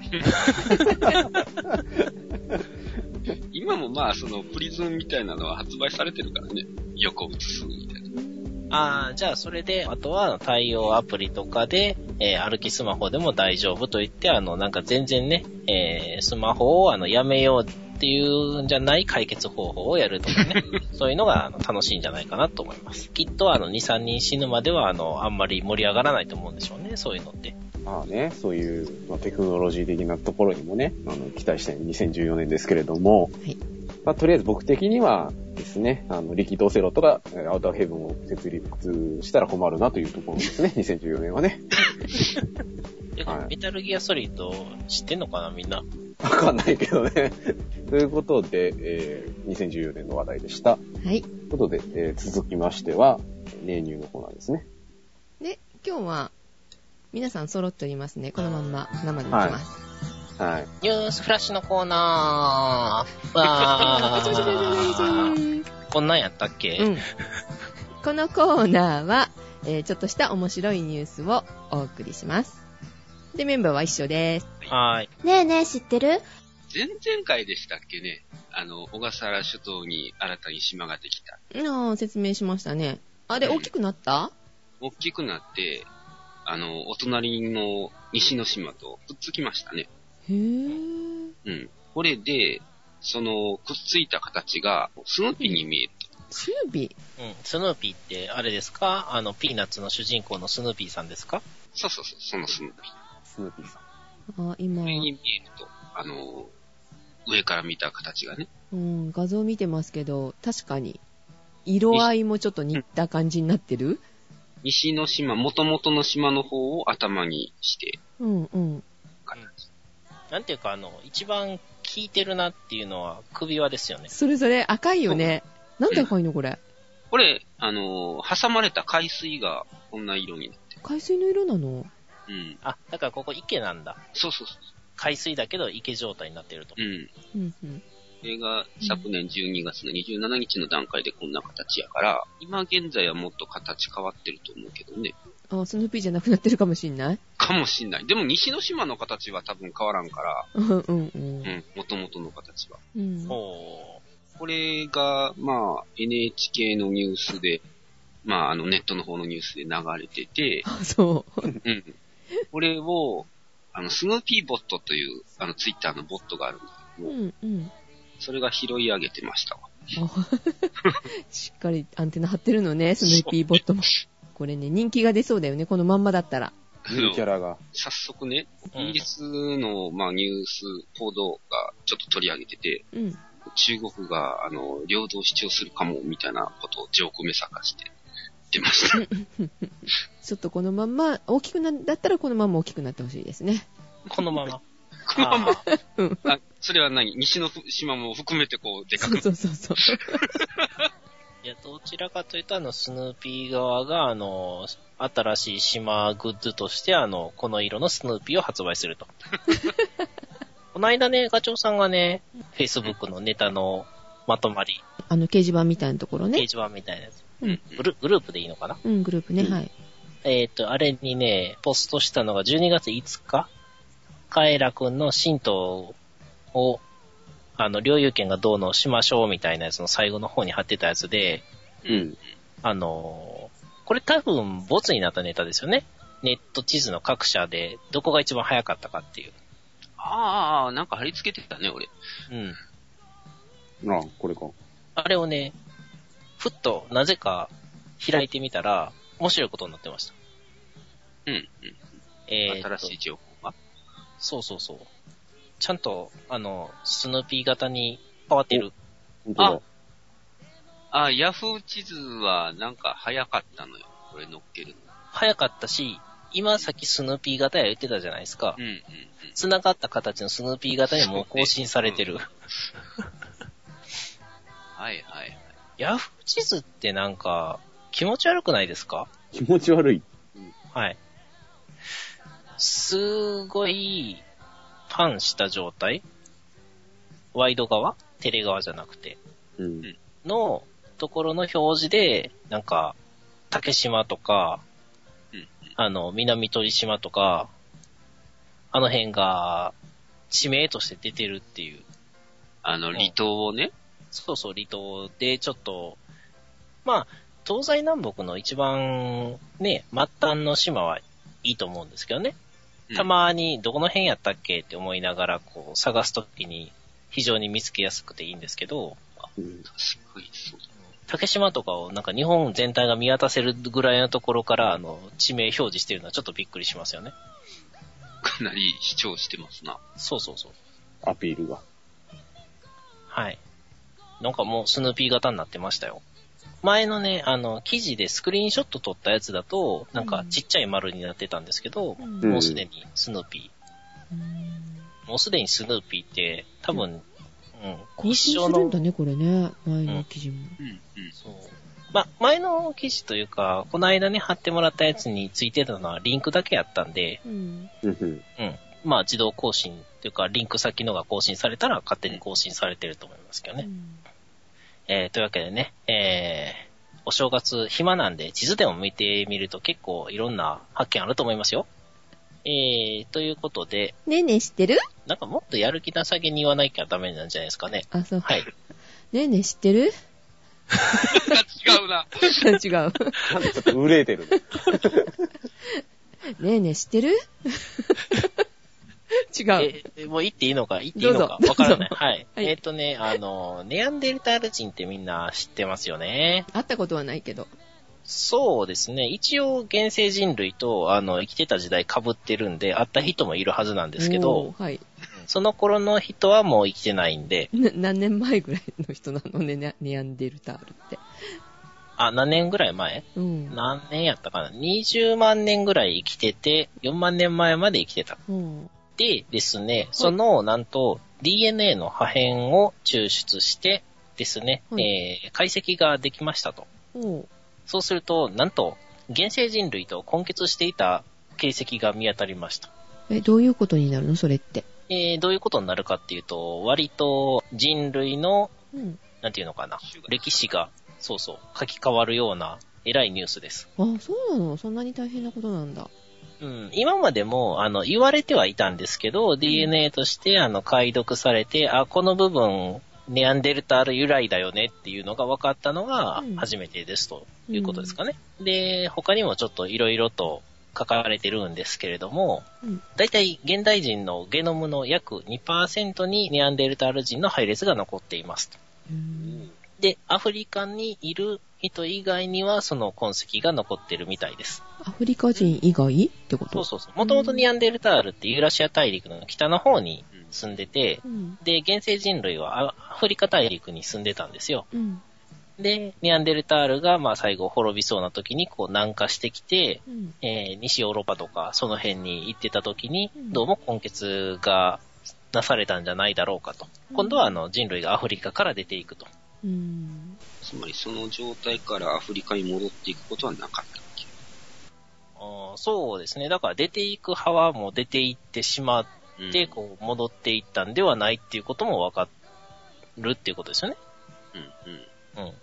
今もまあ、そのプリズムみたいなのは発売されてるからね。横映すみたいな。
あー、じゃあそれで、あとは対応アプリとかで、えー歩きスマホでも大丈夫と言って、あの、なんか全然ね、えースマホをあの、やめようっていうんじゃない解決方法をやると かね、そういうのがあの楽しいんじゃないかなと思います。きっとあの、2、3人死ぬまではあの、あんまり盛り上がらないと思うんでしょうね、そういうのって。
まあね、そういう、まあ、テクノロジー的なところにもね、あの、期待したい2014年ですけれども、
い
まあ、とりあえず僕的にはですね、あの、力道セロとか、えーアウターヘブンを設立したら困るなというところ ですね、2014年はね。
で
はい
メタルギアソリッド知ってんのかな、みんな。
わかんないけどね。 ということで、えー2014年の話題でした。とい
はい。
うことで、えー続きましては、年入の方なんですね。
で、今日は、皆さん揃っておりますね。このまんま生でいきます。
はい。
ニュースフラッシュのコーナー。わ
ちょちょちょちょちょ
ー。
ちょ
こんなんやったっけ、
うんこのコーナーは、えーちょっとした面白いニュースをお送りします。で、メンバーは一緒です。
はーい。
ねえねえ知ってる
前々回でしたっけね。あの、小笠原諸島に新たに島ができた。
うん、説明しましたね。あれ、大きくなった
大きくなって、あの、お隣の西の島とくっつきましたね。
へぇー。
うん。これで、その、くっついた形が、スヌーピーに見える。
スヌーピ
うん、スヌーピーって、あれですかあの、ピーナッツの主人公のスヌーピーさんですか
そうそうそう、そのスヌーピー。
スヌーピーさん。
ー。あ、今
こ、れに見えると、あの、上から見た形がね。
うん、画像見てますけど、確かに、色合いもちょっと似た感じになってる
西の島、元々の島の方を頭にして、
うん、うん。
なんていうか、あの、一番効いてるなっていうのは、首輪ですよね。
それぞれ赤いよね。なんで赤いのこれ。
これ、あの、挟まれた海水がこんな色になる。
海水の色なの
うん。
あ、だからここ池なんだ。
そうそうそ
海水だけど池状態になってると。
う。うん。
うん、うん。
これが昨年12月の27日の段階でこんな形やから、今現在はもっと形変わってると思うけどね。
あ、スヌーピーじゃなくなってるかもしんない
かもしんない。でも西の島の形は多分変わらんから、
うん、うん、う。
うんん、元々の形は。
うん。
ほ
これが、まあ、NHK のニュースで、まあ、あの、ネットの方のニュースで流れてて、
あ、そう。
うん。これを、あの、スヌーピーボットという、あの、ツイッターのボットがあるんだけど
う
も、
ん、うん。
それが拾い上げてましたわ。
しっかりアンテナ張ってるのね、スヌーピーボットも。これね、人気が出そうだよね、このまんまだったら。
いいキャラが。
早速ね、
うん
今月の、まあ、ニュース報道がちょっと取り上げてて、
うん。
中国が、あの、領土を主張するかも、みたいなことを上空目探して出ました。
ちょっとこのまんま、大きくな、だったらこのまんま大きくなってほしいですね。
う。このまま。
このまま
あー
あそれは何西の島も含めてこう、でか
そう
く。
そうそうそう。
いや、どちらかというと、あの、スヌーピー側が、あの、新しい島グッズとして、あの、この色のスヌーピーを発売す ると。この間ね、ガチョウさんがね、Facebook のネタのまとまり、
あの、掲示板みたいなところ
掲
ね。
示板みたいなやつ。
うん
グルグループでいいのかな
うん、グループね、
うん
はい。
えっ、と、あれにね、ポストしたのが12月5日、カエラくんの神道を、あの、領有権がどうのしましょうみたいなやつの最後の方に貼ってたやつで、
うん。
あのーこれ多分、ボツになったネタですよね。ネット地図の各社で、どこが一番早かったかっていう。
ああ、なんか貼り付けてたね、俺。
うん。
あ、これか。
あれをね、ふっと、なぜか、開いてみたら、面白いことになってました。
うん、う
え
ん。
ー、
新しい情報が。
そうそうそう。ちゃんと、あの、スヌーピー型に変わってる。
本当だ。
ああ、ヤフー地図はなんか早かったのよ。これ乗っけるの。
早かったし、今さっきスヌーピー型や言ってたじゃないですか
うん、。うん、うん。
繋がった形のスヌーピー型にもう更新されてる。
はい、はい、はい。
ヤフー地図ってなんか、気持ち悪くないですか
気持ち悪い。
はい。すごい、パンした状態ワイド側テレ側じゃなくて。
うん。
のところの表示で、なんか、竹島とか
うんうん、
あの、南鳥島とか、あの辺が、地名として出てるっていう。
あの、離島をね。
そうそう、離島でちょっと、まあ、東西南北の一番、ね、末端の島はいいと思うんですけどね。
うん
たまに、どこの辺やったっけって思いながら、こう、探すときに、非常に見つけやすくていいんですけど、
うん
確かにそう。
竹島とかをなんか日本全体が見渡せるぐらいのところから、あの、地名表示してるのはちょっとびっくりしますよね。
かなり主張してますな。
そうそうそう。
アピールが。
はい。なんかもうスヌーピー型になってましたよ。前のね、あの、記事でスクリーンショット撮ったやつだと、なんかちっちゃい丸になってたんですけど、
うん
もうすでにスヌーピー。もうすでにスヌーピーって、多分、うん、
更新するんだね、これね。前の記事も。
うん、うん。
そう。ま、前の記事というか、この間ね、貼ってもらったやつについてたのはリンクだけやったんで、
うん。
うんうん
うん。まあ自動更新というか、リンク先のが更新されたら勝手に更新されてると思いますけどね。えー、というわけでね、えー、お正月暇なんで地図でも見てみると結構いろんな発見あると思いますよ。えー、ということで、
ねえねえ知ってる
なんかもっとやる気なさげに言わなきゃダメなんじゃないですかね。
あ、そう。
はい。
ねえねえ知ってる
違 うな。
違う。
なんかちょっと憂えてるね。
ねえねえ知ってる 違う。
えー、もう言っていいのか言っていいのか
どうぞ
わからない。
どうぞ
はい。
はい
えっ、ー、とね、あの、ネアンデルタール人ってみんな知ってますよね。
会ったことはないけど。
そうですね。一応、現世人類と、あの、生きてた時代被ってるんで、会った人もいるはずなんですけ
お
ど、
ー。はい。
その頃の人はもう生きてないんで、
な何年前ぐらいの人なのね、ネネアンデルタールって。
あ、何年ぐらい前
うん。
何年やったかな ?20 万年ぐらい生きてて、4万年前まで生きてた。
うん。
でですね、その、なんと、DNA の破片を抽出して、ですね、
はい
えー解析ができましたと。
おー
そうすると、なんと、現世人類と混血していた形跡が見当たりました。
え、どういうことになるのそれって。
えーどういうことになるかっていうと、割と人類の、
うん。
なんていうのかな、歴史が、そうそう、書き換わるような、偉いニュースです。
あ、そうなのそんなに大変なことなんだ。
うん、今までも、あの、言われてはいたんですけど、DNA として、あの、解読されて、あ、この部分、ネアンデルタール由来だよねっていうのが分かったのが
うん
初めてですということですかね。で、他にもちょっといろいろと書かれてるんですけれども、
うん
大体現代人のゲノムの約2%にネアンデルタール人の配列が残っていますと。
うん。
で、アフリカにいる人以外にはその痕跡が残ってるみたいです。
アフリカ人以外ってこ
そ
と
うそうそう。もともとネアンデルタールってユーラシア大陸の北の方に住んでて、
うん。
で、現世人類はアアフリカ大陸に住んでたんですよ。
うん。
で、ネアンデルタールがまあ最後滅びそうな時にこう南下してきて、
うん。
えー西ヨーロッパとかその辺に行ってた時に
う、ん
どうも根血がなされたんじゃないだろうかと
う。ん
今度はあの人類がアフリカから出ていくと。
うん。
つまりその状態からアフリカに戻っていくことはなかったっけ
あーそうですね。だから出ていく派はもう出ていってしまっ
うん
て、こう戻っていったんではないっていうこともわかるっていうことですよね。
うんうん。
うん。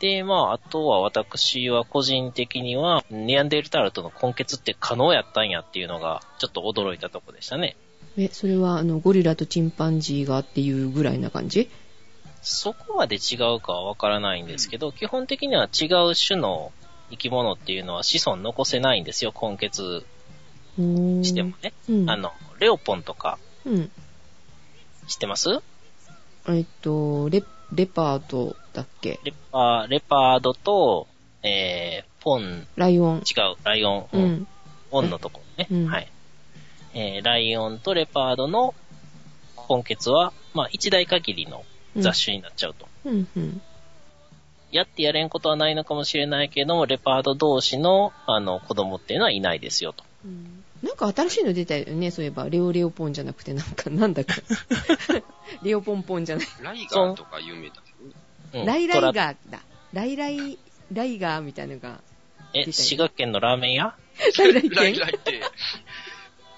で、まあ、あとは私は個人的には、ネアンデルタールとの根血って可能やったんやっていうのが、ちょっと驚いたとこでしたね。
え、それは、あの、ゴリラとチンパンジーがっていうぐらいな感じ
そこまで違うかはわからないんですけど、基本的には違う種の生き物っていうのは子孫残せないんですよ、根血してもね。
うん、
あの、レオポンとか、
うん。
知ってます
えっと、レ、レパートだっけ
レパー、レパードと、えー、ポン、
ライオン。
違う、ライオン、
う
うん
ん。
ポンのとこね、
うん
はい。えー、ライオンとレパードの根血は、まあ、一代限りの雑種になっちゃうと。
うん、うん。
やってやれんことはないのかもしれないけども、レパード同士の、あの、子供っていうのはいないですよと。
うんなんか新しいの出たよね、そういえば。レオレオポンじゃなくて、なん か、なんだか。レオポンポンじゃない。
ライガーとか有名だけどね。
うん
ライラ
ト
イガ
ラ
ーだ。ライライ、ライガーみたいなのが。
え、滋賀県のラーメン屋
ライライ
ライ
犬
ライって、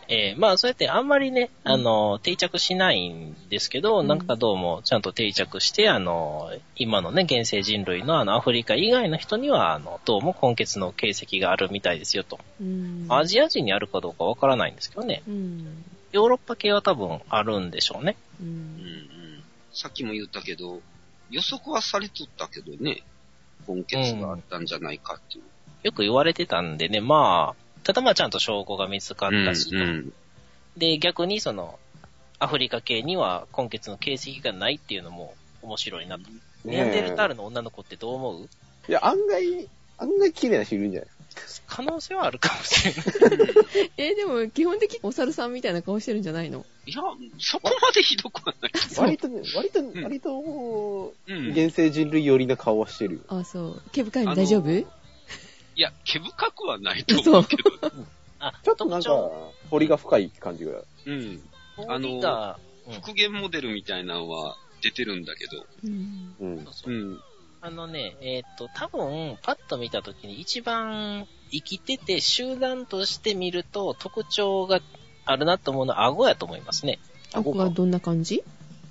えーまあそうやってあんまりね、あの、定着しないんですけど、
うん
なんかどうもちゃんと定着して、あの、今のね、現世人類のあの、アフリカ以外の人には、あの、どうも根血の形跡があるみたいですよと。
うん。
アジア人にあるかどうかわからないんですけどね。
うん。
ヨーロッパ系は多分あるんでしょうね。
う。
うんうんん。さっきも言ったけど、予測はされとったけどね、根血があったんじゃないかっていう。
よく言われてたんでね、まあ、ただまあちゃんと証拠が見つかったし、
うん
で、逆にその、アフリカ系には根血の形跡がないっていうのも面白いなと。
ねえ
ネアンデルタールの女の子ってどう思う
いや、案外、案外綺麗な人いるんじゃない
可能性はあるかもしれない。
えーでも、基本的にお猿さんみたいな顔してるんじゃないの
いや、そこまでひどくはない。
割とね、割と、
ん
割と、
うん。い
現世人類寄りな顔はしてるよ。
あ、そう。毛深いの大丈夫
あのや、毛深くはないと
そ
思
う
うけど。
あ、
ちょっとなんか、彫りが深い感じが。
うん。
特徴
あの
檻が、うん
復元モデルみたいなのは出てるんだけど。
うん。
うん
そう。そう
うん。
あのね、えーっ、と、多分、パッと見たときに一番生きてて、集団として見ると特徴があるなと思うのは顎やと思いますね。
あこはどんな感じ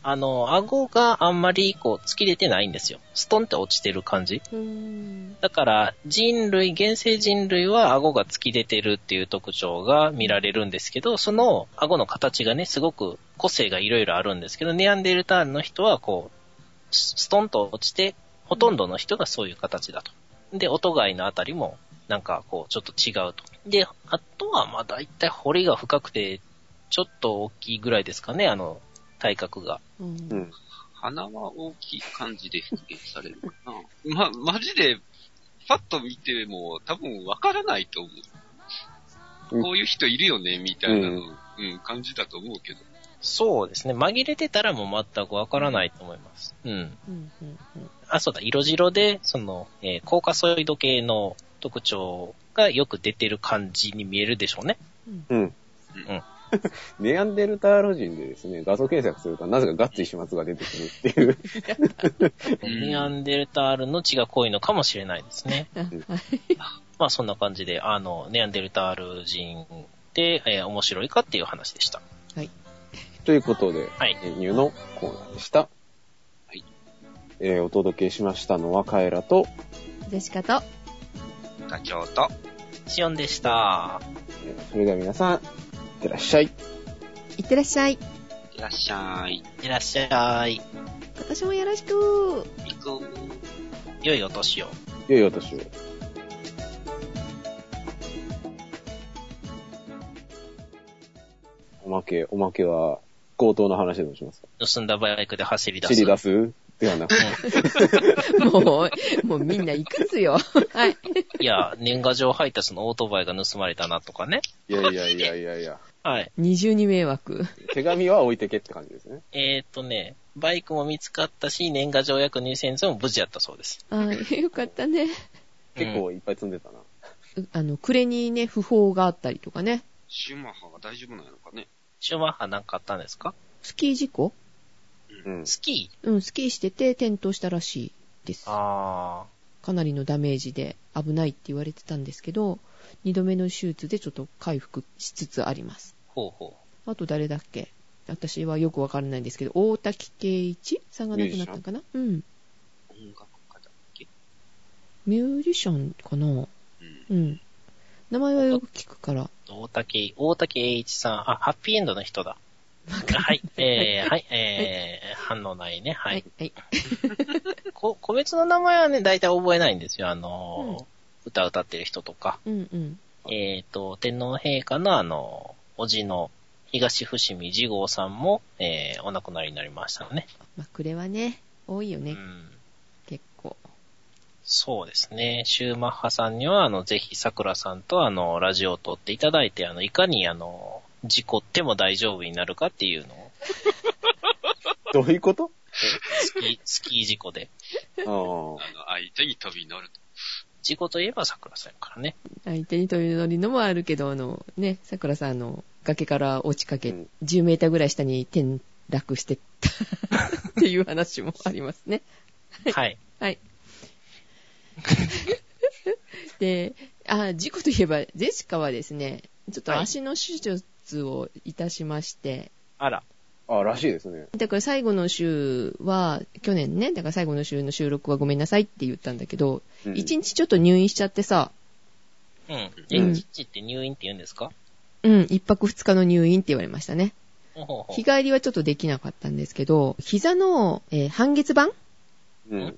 あの、顎があんまりこう、突き出てないんですよ。ストンって落ちてる感じ。
うん。
だから、人類、現世人類は顎が突き出てるっていう特徴が見られるんですけど、その顎の形がね、すごく個性がいろいろあるんですけど、ネアンデルタールの人はこう、スストンと落ちて、ほとんどの人がそういう形だと。で、音貝のあたりも、なんかこう、ちょっと違うと。で、あとは、まあ大体彫りが深くて、ちょっと大きいぐらいですかね、あの、体格が。
う。
うんん。
鼻は大きい感じで復元されるかな。ま、 マジで、パッと見ても多分わからないと思
う
う。
ん
こういう人いるよね、みたいなの、うん、感じだと思うけど。
そうですね。紛れてたらもう全くわからないと思います。うん。
うん。うん。
あ、そうだ、色白で、その、えー、高カソイド系の特徴がよく出てる感じに見えるでしょうね。
うん。 ネアンデルタール人でですね、画像検索すると、なぜかガッツ石松が出てくるっていう。
うん
ネアンデルタールの血が濃いのかもしれないですね。
あはい
まあそんな感じで、あの、ネアンデルタール人で、えー面白いかっていう話でした。
ということで、
はい
メニューのコーナーでした。
はい。
えーお届けしましたのはカエラと、
ジェシカと、
ダチョウと、
シオンでした。
えーそれでは皆さん、いってらっしゃい。
いってらっしゃい。
いらっしゃい。
いらっしゃい。
今年もよろしく。
行こう。
良いお年を。
良いお年を。おまけ、おまけは、強盗の話でもしますか
盗んだバイクで走り出す。
チリ出すではなく、
もう、もうみんないくつよ。はい。
いや、年賀状配達のオートバイが盗まれたなとかね。
いやいやいやいやいや、
はい。
二重に迷惑。
手紙は置いてけって感じですね。
えーっ、とね、バイクも見つかったし、年賀状約2000円も無事やったそうです。
あ よかったね。
結構いっぱい積んでたな。
うあの、暮れにね、不法があったりとかね。
シューマッハは大丈夫なのかね。
シューマッハなんかあったんですか
スキー事故
うん。
スキ
うん、スキーしてて転倒したらしいです
ー。あ
かなりのダメージで危ないって言われてたんですけど、二度目の手術でちょっと回復しつつあります。
ー。ほうほ
あと誰だっけ私はよくわからないんですけど、大滝圭一さんが亡くなったかなうん。
音楽家だっけ
ミュージシャンかな
うん。
うん。名前はよく聞くから。
う。大竹、大竹栄一さん。あ、ハッピーエンドの人だ。はい。えー、はい。えー、反応ないね。はい。。
はい。
こ個別の名前はね、大体覚えないんですよ。あのー歌歌ってる人とか、
うんうん。
えっ、と、天皇陛下のあの、おじの東伏見二号さんも、えーお亡くなりになりましたね。
まあ、くれはね、多いよ
う
ね、
ん。
結構。
そうですね。シューマッハさんには、あの、ぜひ、桜さんと、あの、ラジオを撮っていただいて、あの、いかに、あの、事故っても大丈夫になるかっていうのを、
どういうこと
スキ ー、スキー事故で。
あ
あの、相手に飛び乗る。
事故といえば桜さんやからね。
相手に飛び乗りのもあるけど、あの、ね、桜さん、あの、崖から落ちかけ、
うん
10メーターぐらい下に転落してったっていう話もありますね。
はい。
はい。で、あ、事故といえば、ジェシカはですね、ちょっと
はい
足の手術をいたしまして、
あら。
あ。あ、らしいですね。
だから最後の週は、去年ね、だから最後の週の収録はごめんなさいって言ったんだけど、
うん
一日ちょっと入院しちゃってさ、
うん。え、
うん
ちっちって入院って言うんですか
うん、一泊二日の入院って言われましたね。
ほうほうほう
日帰りはちょっとできなかったんですけど、膝の、えー半月板
う
うんん。うん。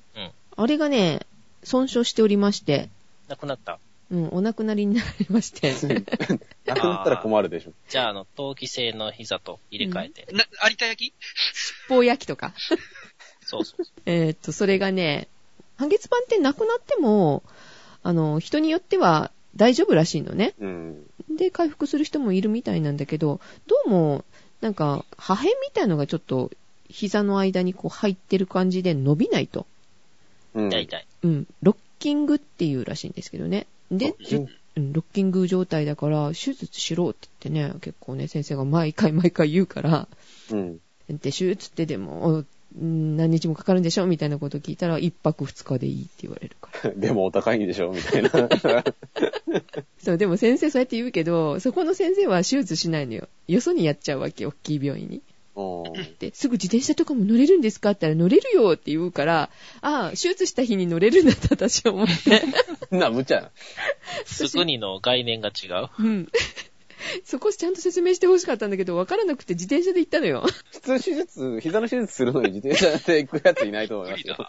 あれがね、損傷しておりまして、
亡くなった。
うん、お亡くなりになりまして。
なくなったら困るでしょ。
じゃあ、あの、陶器製の膝と入れ替えて。
な、有田焼き
棒焼きとか。
そうそう。
えーっと、それがね、半月板ってなくなっても、あの、人によっては大丈夫らしいのね。
うん。
で、回復する人もいるみたいなんだけど、どうも、なんか、破片みたいのがちょっと、膝の間にこう入ってる感じで伸びないと。
うん。
大体。
うん、ロッキングっていうらしいんですけどね。で、ず
うん
うんロッキング状態だから、手術しろって言ってね、結構ね、先生が毎回毎回言うから、
うん。
で、手術ってでも、うん何日もかかるんでしょみたいなこと聞いたら、一泊二日でいいって言われる から。
でもお高いんでしょみた いな。
そう、でも先生そうやって言うけど、そこの先生は手術しないのよ。よそにやっちゃうわけ、大きい病院に。
うん
で、すぐ自転車とかも乗れるんですかって言ったら、乗れるよって言うから、ああ、手術した日に乗れるんだって私は思って。
な、無茶な。
すぐにの概念が違う。
うん。 そこちゃんと説明してほしかったんだけど、わからなくて自転車で行ったのよ。
普通手術、膝の手術するのに自転車で行くやついないと思
無
いま
理
す
だ
よ
な。。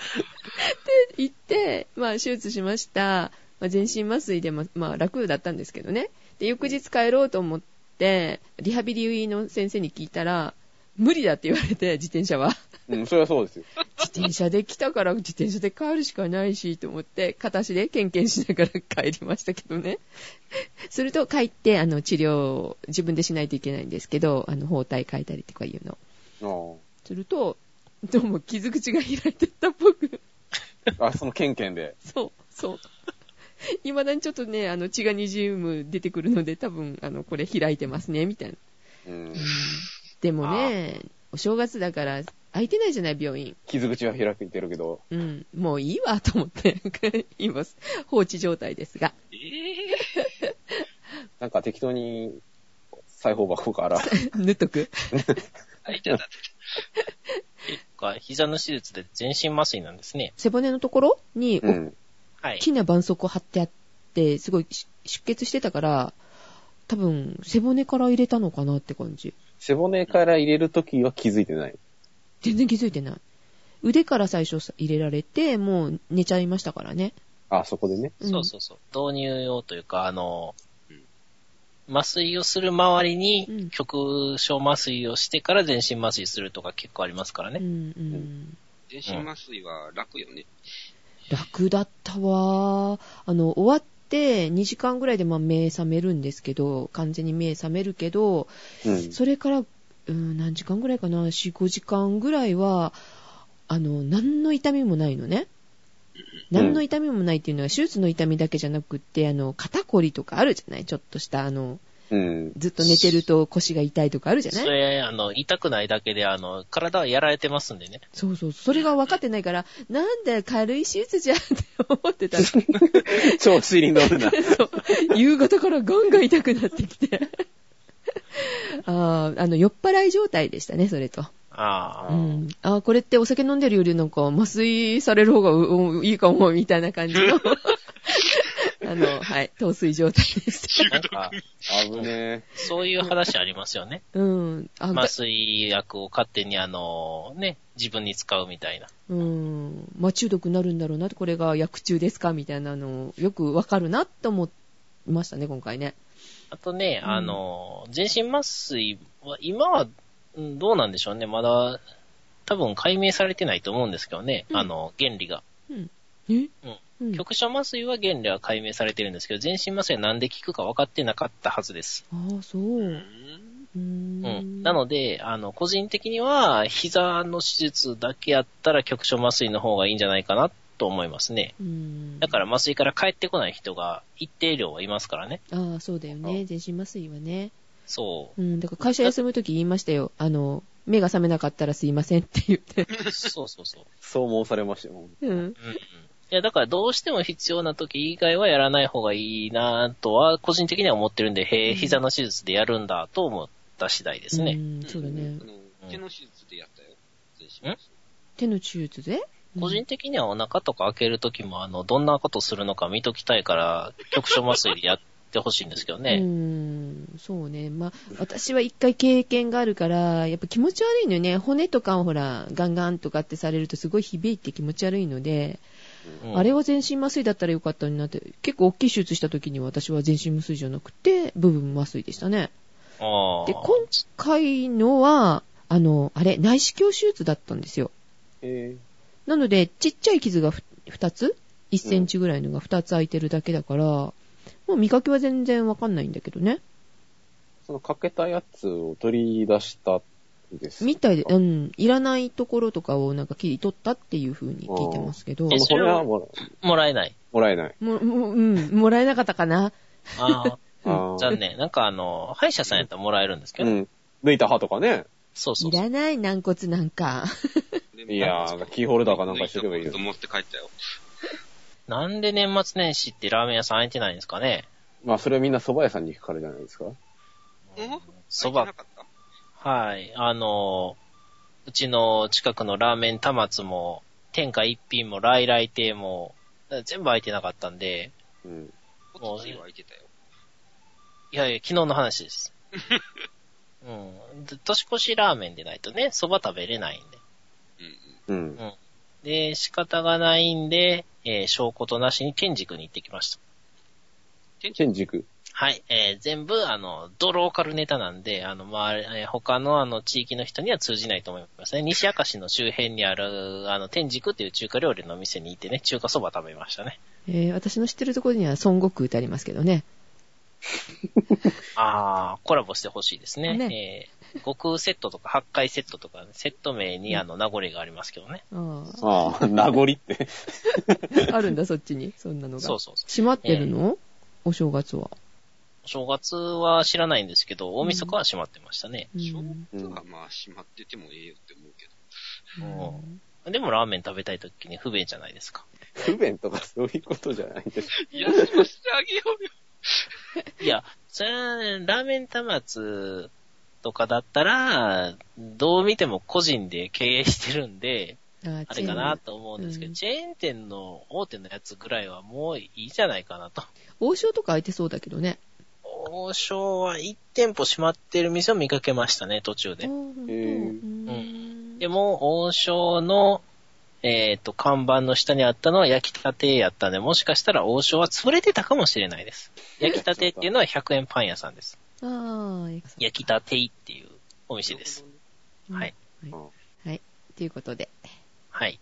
行って、まあ、手術しました。まあ、全身麻酔で、まあ、まあ、楽だったんですけどね。で、翌日帰ろうと思って、リハビリの先生に聞いたら、無理だって言われて、自転車は。
うん、それはそうですよ。
自転車で来たから、自転車で帰るしかないし、と思って、片足でケンケンしながら帰りましたけどね。すると、帰って、あの、治療を自分でしないといけないんですけど、あの、包帯変えたりとかいうの。
う
すると、どうも傷口が開いてったっぽく。
んあ、そのケンケンで。
そう、そう。 未だにちょっとね、あの、血が滲む出てくるので、多分、あの、これ開いてますね、みたいな。
うん。
でもね、お正月だから、空いてないじゃない、病院。
傷口は開いてるけど。
うん、もういいわ、と思って、 今、放置状態ですが。
ええ
なんか適当に、裁縫箱 から。
塗っとく。
相手だって。
結果、膝の手術で全身麻酔なんですね。
背骨のところに、
う
大
ん。
はい。
きな絆創膏貼ってあって、すごいし出血してたから、多分、背骨から入れたのかなって感じ。
背骨から入れるときは気づいてない。
全然気づいてない。腕から最初さ入れられて、もう寝ちゃいましたからね。
あ、そこでね。
ん
そうそうそう。導入用というか、あの、麻酔をする周り
うん
に、局所麻酔をしてから全身麻酔するとか結構ありますから
う
ね。
んうん。
全身麻酔は楽よね。
楽だったわー。あの、終わって2時間ぐらいでまあ目覚めるんですけど、完全に目覚めるけど、
うん。
それから、うん、何時間ぐらいかな、4、5時間ぐらいは、あの、何の痛みもないのね。
うん
何の痛みもないっていうのは、手術の痛みだけじゃなくって、あの、肩こりとかあるじゃないちょっとした、あの、
うん。
ずっと寝てると腰が痛いとかあるじゃない
それ、あの、痛くないだけで、あの、体はやられてますんでね。
そうそう、それが分かってないから、なんで軽い手術じゃんって思ってたら、そ
調子に乗るな。
う、夕方からガンガン痛くなってきて。あーあの、酔っ払い状態でしたね、それと。
あ
う
あ。
ん。あーこれってお酒飲んでる よりなんか、麻酔される方がうういいかも、みたいな感じの。ああの、はい、糖水状態でした。
中
なん
毒。
か、
危ね
そういう話ありますよね。
うん。あ、
麻酔薬を勝手にあの、ね、自分に使うみたいな。
うん。まあ、中毒になるんだろうな、これが薬中ですかみたいなの、よくわかるなと思いましたね、今回ね。
あとね、
うん
あの、全身麻酔は、今は、うんどうなんでしょうね。まだ、多分解明されてないと思うんですけどね。
うん
あの、原理が。
えうん。
局所麻酔は原理は解明されてるんですけど、全身麻酔はなんで効くか分かってなかったはずです。
ああ、そう。うー。
うんん。なので、あの、個人的には、膝の手術だけやったら局所麻酔の方がいいんじゃないかなと思いますね。
うん。
だから麻酔から帰ってこない人が一定量はいますからね。
ああ、そうだよね。全身麻酔はね。
そう。
うん、だから会社休むとき言いましたよ。あの、目が覚めなかったらすいませんって言って。
そうそうそう。
え。そう申されましたよ。
うん。
うんうんいや、だからどうしても必要な時以外はやらない方がいいなとは、個人的には思ってるんで、へ
う
え、
ん
膝の手術でやるんだと思った次第ですね。
うん、そうだね
あ。の
うん
手の手術でやったよ。全身麻酔
手の手術で
個人的にはお腹とか開ける時も、あの、どんなことするのか見ときたいから、局所麻酔でやってほしいんですけど
う
ね。
ん、そうね。まあ、私は一回経験があるから、やっぱ気持ち悪いのよね。骨とかをほら、ガンガンとかってされるとすごい響いて気持ち悪いので、
うん
あれは全身麻酔だったらよかったのになって、結構大きい手術した時には私は全身麻酔じゃなくて、部分麻酔でしたね。
ああ。
で、今回のは、あの、あれ、内視鏡手術だったんですよ。
え
なので、ちっちゃい傷がふ2つ ?1 センチぐらいのが2つ開いてるだけだから、もう見かけは全然わかんないんだけどね。
ー、その欠けたやつを取り出したんです。
みたいで、うん、いらないところとかをなんか切り取ったっていう風に聞いてますけど
あ
あ、の
それ
骨
は
はもら
もらえない。
もらえない。
もう、もううん、もらえなかったかな。
ああ、
あー
残念。なんかあの、歯医者さんやったらもらえるんですけ
う
ど、
ん。抜いた歯とかね。
そうそう
い
そう。
らない、軟骨なんか。
で
いやー、キーホルダーかなんかしておけばいいよ
と。思って帰ったよ。
なんで年末年始ってラーメン屋さん開いてないんですかね
まあ、それはみんな蕎麦屋さんに行くからじゃないですか。
うん
そ
入
ば
ってなかった
はい。あの、うちの近くのラーメン田松も、天下一品も、来来亭も、全部空いてなかったんで、
うん。
おとついは空いてたよ。
いやいや、昨日の話 です。うん。で年越しラーメンでないとね、蕎麦食べれないん
うんうん。
うん。
で。で、仕方がないんで、えー証拠となしに天竺に行ってきました。
チェンジ行く。
はい。えー全部、あの、ドローカルネタなんで、あの、まあ、えー他の、あの、地域の人には通じないと思いますね。西明石の周辺にある、あの、天竺っていう中華料理の店に行ってね、中華そば食べましたね。
えー私の知ってるところには孫悟空ってありますけどね。
ああ、コラボしてほしいですね。
ね
えー、悟空セットとか八回セットとかね、セット名にあの、名残がありますけどね。
あ
ああ、名残って。
ああるんだ、そっちに。そんなのが。
そうそうそう。
閉まってるの、お正月は。
お正月は知らないんですけど、大晦日は閉まってましたね。
うん
正月はまあ閉まっててもええよって思うけど。
うんでもラーメン食べたい時に不便じゃないですか。
不便とかそういうことじゃないんです。
いや、しましてあげようよ。
いや、それはね、ラーメン端末とかだったら、どう見ても個人で経営してるんで、
あ
あれかなと思うんですけど、
うん
チェーン店の大手のやつぐらいはもういいじゃないかなと。
王将とか空いてそうだけどね。
王将は1店舗閉まってる店を見かけましたね、途中
あ
で
ー。ほんと
へー
うん
でも、王将の、えっ、と、看板の下にあったのは焼きたてやったんで、もしかしたら王将は潰れてたかもしれないです。焼きたてっていうのは100円パン屋さんです。
ああ、
焼きたていっていうお店です。はい。
うんはい。ということで、
はい。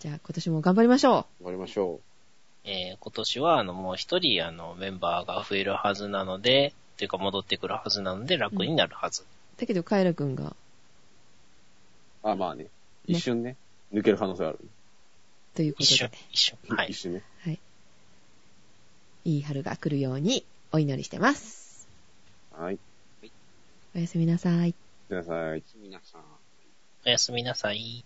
じゃあ今年も頑張りましょ
終わりましょ
えー今年は、あの、もう一人、あの、メンバーが増えるはずなので、というか戻ってくるはずなので楽になるはず。
う。だけど、カエラくんが、
う。あ、まあね。一瞬ね。抜ける可能性ある。
ということ
一瞬
で、、
一瞬。はい
一。瞬ね。
いい春が来るようにお祈りしてます。
はい。
おやすみなさい。
ください。
皆さん。
おやすみなさい。